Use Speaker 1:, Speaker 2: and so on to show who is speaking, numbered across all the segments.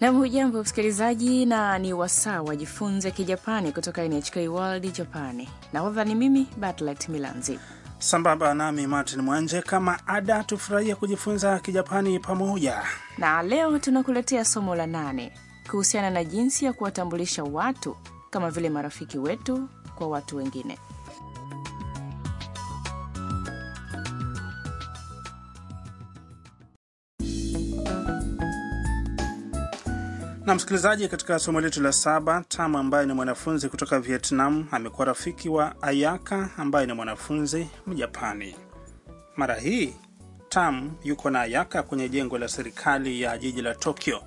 Speaker 1: Nam, hujambo msikilizaji, na ni wasaa wajifunze Kijapani kutoka NHK World Japani. Nahodha ni mimi Batlet Milanzi.
Speaker 2: Sambamba nami Martin Mwanje, kama ada, tufurahia kujifunza Kijapani pamoja.
Speaker 1: Na leo tunakuletea somo la nane kuhusiana na jinsi ya kuwatambulisha watu kama vile marafiki wetu kwa watu wengine.
Speaker 2: Na msikilizaji, katika somo letu la saba, Tam ambaye ni mwanafunzi kutoka Vietnam amekuwa rafiki wa Ayaka ambaye ni mwanafunzi Mjapani. Mara hii Tam yuko na Ayaka kwenye jengo la serikali ya jiji la Tokyo.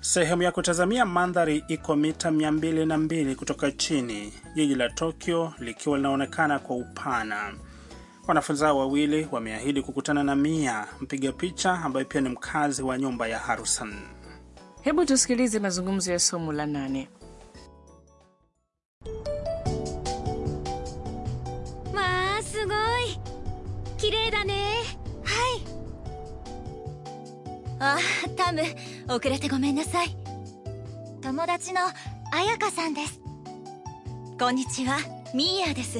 Speaker 2: Sehemu ya kutazamia mandhari iko mita 202 kutoka chini, jiji la Tokyo likiwa linaonekana kwa upana. Wanafunzi hao wawili wameahidi kukutana na Mia, mpiga picha ambaye pia ni mkazi wa nyumba ya Harusan.
Speaker 1: Hebu tusikilize mazungumzo ya somo la nane.
Speaker 3: まあすごい綺麗だねはいあタム遅れてごめんなさい友達の彩香さんですこんにちはミーヤです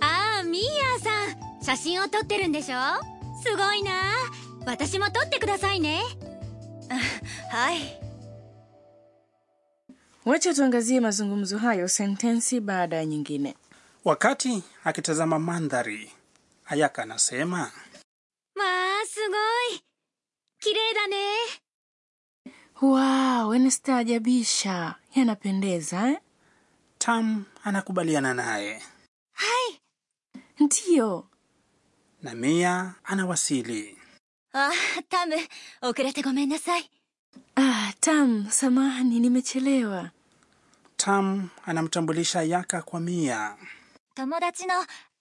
Speaker 3: ああミーヤさん写真を撮ってるんでしょすごいな私も撮ってくださいねはい
Speaker 1: Wacha tuangazie mazungumzo hayo sentensi baada ya nyingine.
Speaker 2: Wakati akitazama mandhari, Ayaka anasema
Speaker 3: まあすごい綺麗だね
Speaker 1: Wow, yanastaajabisha, yanapendeza eh?
Speaker 2: Tam anakubaliana naye
Speaker 3: はい
Speaker 1: Ndiyo,
Speaker 2: na Mia anawasili.
Speaker 3: あタム遅れてごめんなさい
Speaker 1: ah, Tam, samahani nimechelewa.
Speaker 2: Tam anamtambulisha Ayaka kwa Mia.
Speaker 3: 友達の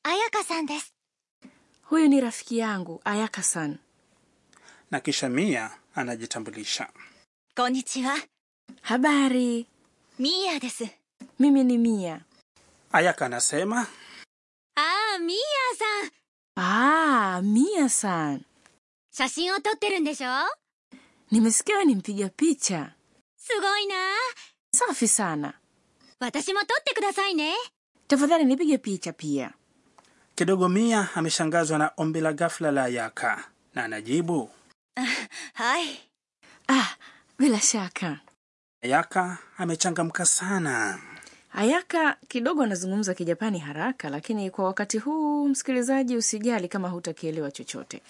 Speaker 3: 彩香さんです
Speaker 1: Huyu ni rafiki yangu Ayaka-san.
Speaker 2: na kisha Mia anajitambulisha.
Speaker 3: こんにちは
Speaker 1: Habari,
Speaker 3: ミーヤです
Speaker 1: mimi ni Mia.
Speaker 2: Ayaka anasema
Speaker 3: ああミーヤさん
Speaker 1: Ah, Mia-san,
Speaker 3: 写真を撮ってるんでしょ
Speaker 1: nimesikia ni mpiga picha.
Speaker 3: すごいな
Speaker 1: Safi sana,
Speaker 3: 私も撮ってくださいね
Speaker 1: tafadhali nipige picha pia.
Speaker 2: kidogo. Mia ameshangazwa na ombi la ghafla la Ayaka na anajibu.
Speaker 3: はい
Speaker 1: Ah, bila shaka.
Speaker 2: Ayaka amechangamka sana.
Speaker 1: Ayaka kidogo anazungumza Kijapani haraka, lakini kwa wakati huu, msikilizaji, usijali kama hutakielewa chochote.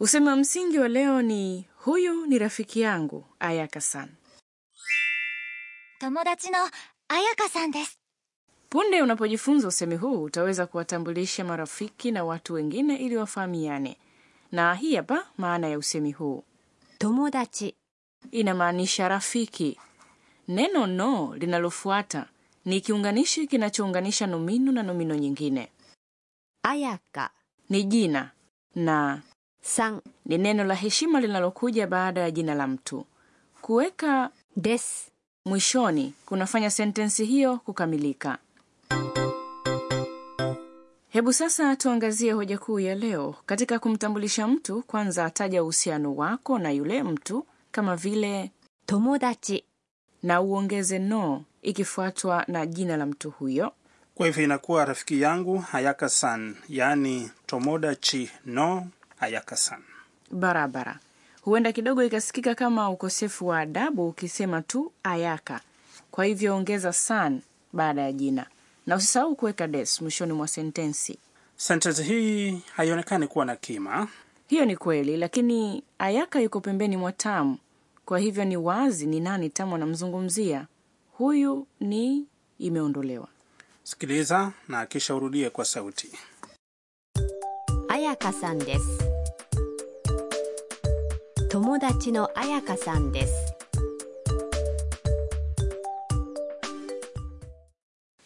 Speaker 1: Usemi wa msingi wa leo ni huyu ni rafiki yangu Ayaka san.
Speaker 3: 友達の彩香さんです
Speaker 1: Punde unapojifunza usemi huu utaweza kuwatambulisha marafiki na watu wengine ili wafahamiane. Na hii hapa maana ya usemi huu.
Speaker 3: 友達
Speaker 1: inamaanisha rafiki. Neno no linalofuata ni kiunganishi kinachounganisha nomino na nomino nyingine,
Speaker 3: 彩香
Speaker 1: ni jina na
Speaker 3: さん
Speaker 1: ni neno la heshima linalokuja baada ya jina la mtu. Kuweka
Speaker 3: です。
Speaker 1: mwishoni kunafanya sentensi hiyo kukamilika. Hebu sasa tuangazie hoja kuu ya leo. Katika kumtambulisha mtu, kwanza ataja uhusiano wako na yule mtu kama vile
Speaker 3: 友達。
Speaker 1: na uongeze no ikifuatwa na jina la mtu huyo.
Speaker 2: Kwa hivyo inakuwa rafiki yangu Hayaka san, yaani tomodachi no Ayaka san.
Speaker 1: Barabara huenda kidogo ikasikika kama ukosefu wa adabu ukisema tu Ayaka. Kwa hivyo ongeza san baada ya jina, na usisahau kuweka des mwishoni mwa sentensi.
Speaker 2: Sentensi hii haionekani kuwa na kima.
Speaker 1: Hiyo ni kweli, lakini Ayaka yuko pembeni mwa Tamu, kwa hivyo ni wazi ni nani Tamu anamzungumzia. Huyu ni imeondolewa.
Speaker 2: Sikiliza na kisha urudie kwa sauti.
Speaker 3: 彩香さんです。友達の彩香さんです。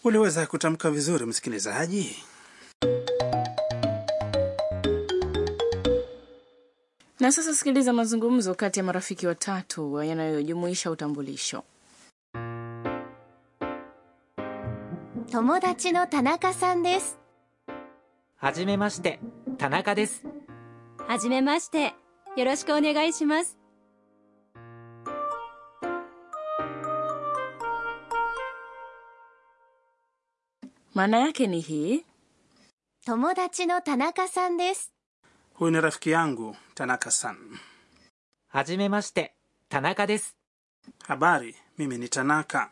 Speaker 2: Uliweza kutamka vizuri, msikilizaji.
Speaker 1: Na sasa sikiliza mazungumzo kati ya marafiki watatu yanayojumuisha utambulisho.
Speaker 3: 友達の田中さんです。
Speaker 4: はじめまして田中です
Speaker 5: はじめまして。よろしくお願いします。
Speaker 1: maana yake ni hii
Speaker 3: 友達の田中さんです
Speaker 2: huyu ni rafiki yangu tanaka san
Speaker 4: はじめまして田中です
Speaker 2: habari mimi ni tanaka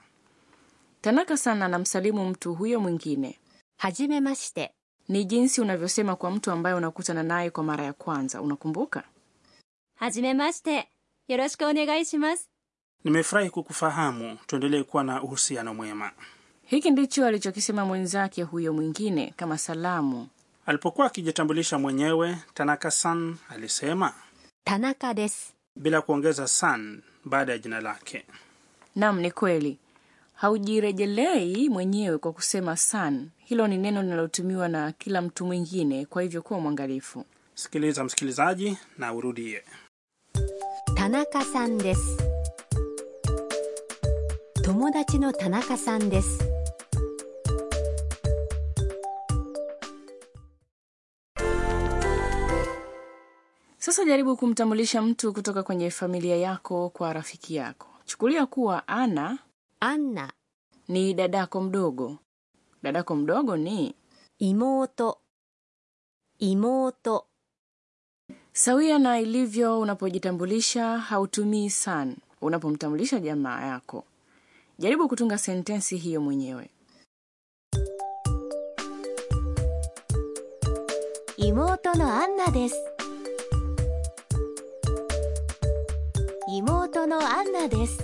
Speaker 1: tanaka sana anamsalimu mtu huyo mwingine
Speaker 5: はじめまして。
Speaker 1: ni jinsi unavyosema kwa mtu ambaye unakutana naye kwa mara ya kwanza unakumbuka
Speaker 5: はじめまして。よろしくお願いします。
Speaker 2: nimefurahi kukufahamu tuendelee kuwa na uhusiano mwema
Speaker 1: hiki ndicho alichokisema mwenzake huyo mwingine kama salamu
Speaker 2: alipokuwa akijitambulisha mwenyewe tanaka san alisema
Speaker 5: 田中です。
Speaker 2: bila kuongeza san baada ya jina lake
Speaker 1: nam ni kweli haujirejelei mwenyewe kwa kusema san hilo ni neno linalotumiwa na kila mtu mwingine kwa hivyo kuwa mwangalifu
Speaker 2: sikiliza msikilizaji na urudie
Speaker 5: 田中さんです。友達の田中さんです。
Speaker 1: sasa jaribu kumtambulisha mtu kutoka kwenye familia yako kwa rafiki yako chukulia kuwa ana
Speaker 5: アンナ、
Speaker 1: ni dadako mdogo dadako mdogo ni
Speaker 5: 妹、妹、
Speaker 1: sawia na ilivyo unapojitambulisha hautumii san unapomtambulisha jamaa yako jaribu kutunga sentensi hiyo mwenyewe
Speaker 3: 妹のアンナです妹のアンナです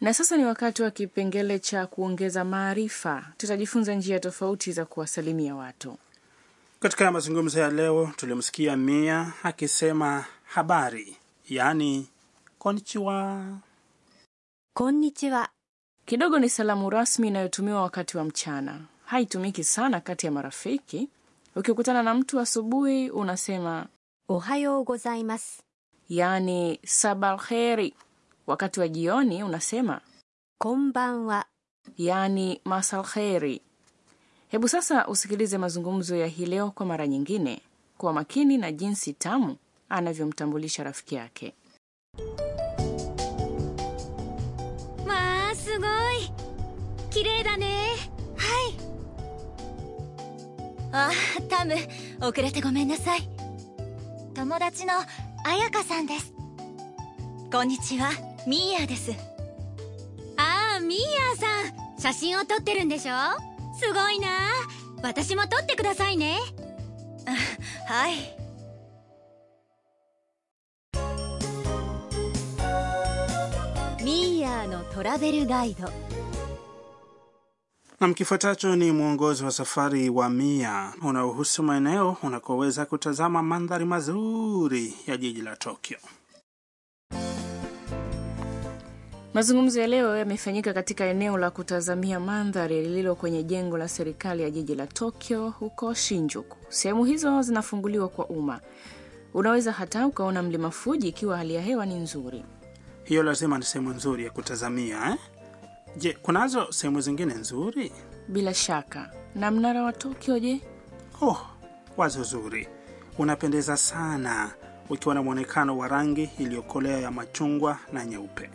Speaker 1: na sasa ni wakati wa kipengele cha kuongeza maarifa tutajifunza njia tofauti za kuwasalimia watu
Speaker 2: katika mazungumzo ya leo tulimsikia mia akisema habari yaani konchiwa
Speaker 5: こんにちは。
Speaker 1: kidogo ni salamu rasmi inayotumiwa wakati wa mchana haitumiki sana kati ya marafiki ukikutana na mtu asubuhi unasema
Speaker 5: おはようございます。
Speaker 1: yaani sabalheri wakati wa jioni unasema
Speaker 5: こんばんは。
Speaker 1: yaani masalheri hebu sasa usikilize mazungumzo ya hii leo kwa mara nyingine kwa makini na jinsi tamu anavyomtambulisha rafiki yake
Speaker 3: まあすごい綺麗だねはいあタム遅れてごめんなさい友達の彩香さんですこんにちはミーヤですああミーヤさん写真を撮ってるんでしょすごいな私も撮ってくださいねはい
Speaker 5: ミーヤーのトラベルガイド。
Speaker 2: nam kifuatacho ni mwongozo wa safari wa mia unaohusu maeneo unakoweza kutazama mandhari mazuri ya jiji la tokyo
Speaker 1: mazungumzo ya leo yamefanyika katika eneo la kutazamia mandhari lililo kwenye jengo la serikali ya jiji la tokyo huko shinjuku sehemu hizo zinafunguliwa kwa umma unaweza hata ukaona mlima fuji ikiwa hali ya hewa ni nzuri
Speaker 2: hiyo lazima ni sehemu nzuri ya kutazamia eh? je kunazo sehemu zingine nzuri
Speaker 1: bila shaka na mnara wa tokyo je
Speaker 2: oh wazo zuri unapendeza sana ukiwa na mwonekano wa rangi iliyokolea ya machungwa na nyeupe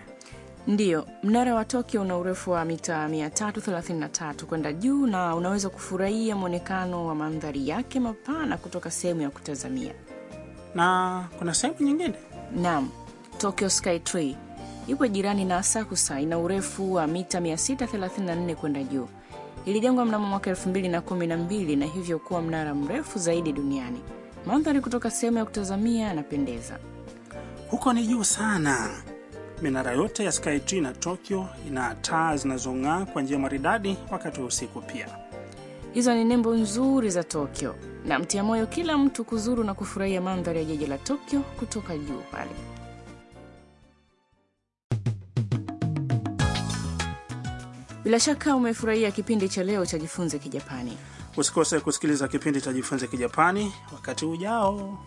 Speaker 1: ndiyo mnara wa tokyo una urefu wa mita 333 kwenda juu na unaweza kufurahia mwonekano wa mandhari yake mapana kutoka sehemu ya kutazamia
Speaker 2: na kuna sehemu nyingine
Speaker 1: nam tokyo skytree ipo jirani na asakusa ina urefu wa mita 634 kwenda juu ilijengwa mnamo mwaka 2012 na hivyo kuwa mnara mrefu zaidi duniani mandhari kutoka sehemu ya kutazamia yanapendeza
Speaker 2: huko ni juu sana minara yote ya skytree na tokyo ina taa zinazong'aa kwa njia maridadi wakati wa usiku pia
Speaker 1: hizo ni nembo nzuri za tokyo na mtia moyo kila mtu kuzuru na kufurahia mandhari ya jiji la tokyo kutoka juu pale bila shaka umefurahia kipindi cha leo cha jifunze kijapani
Speaker 2: usikose kusikiliza kipindi cha jifunze kijapani wakati ujao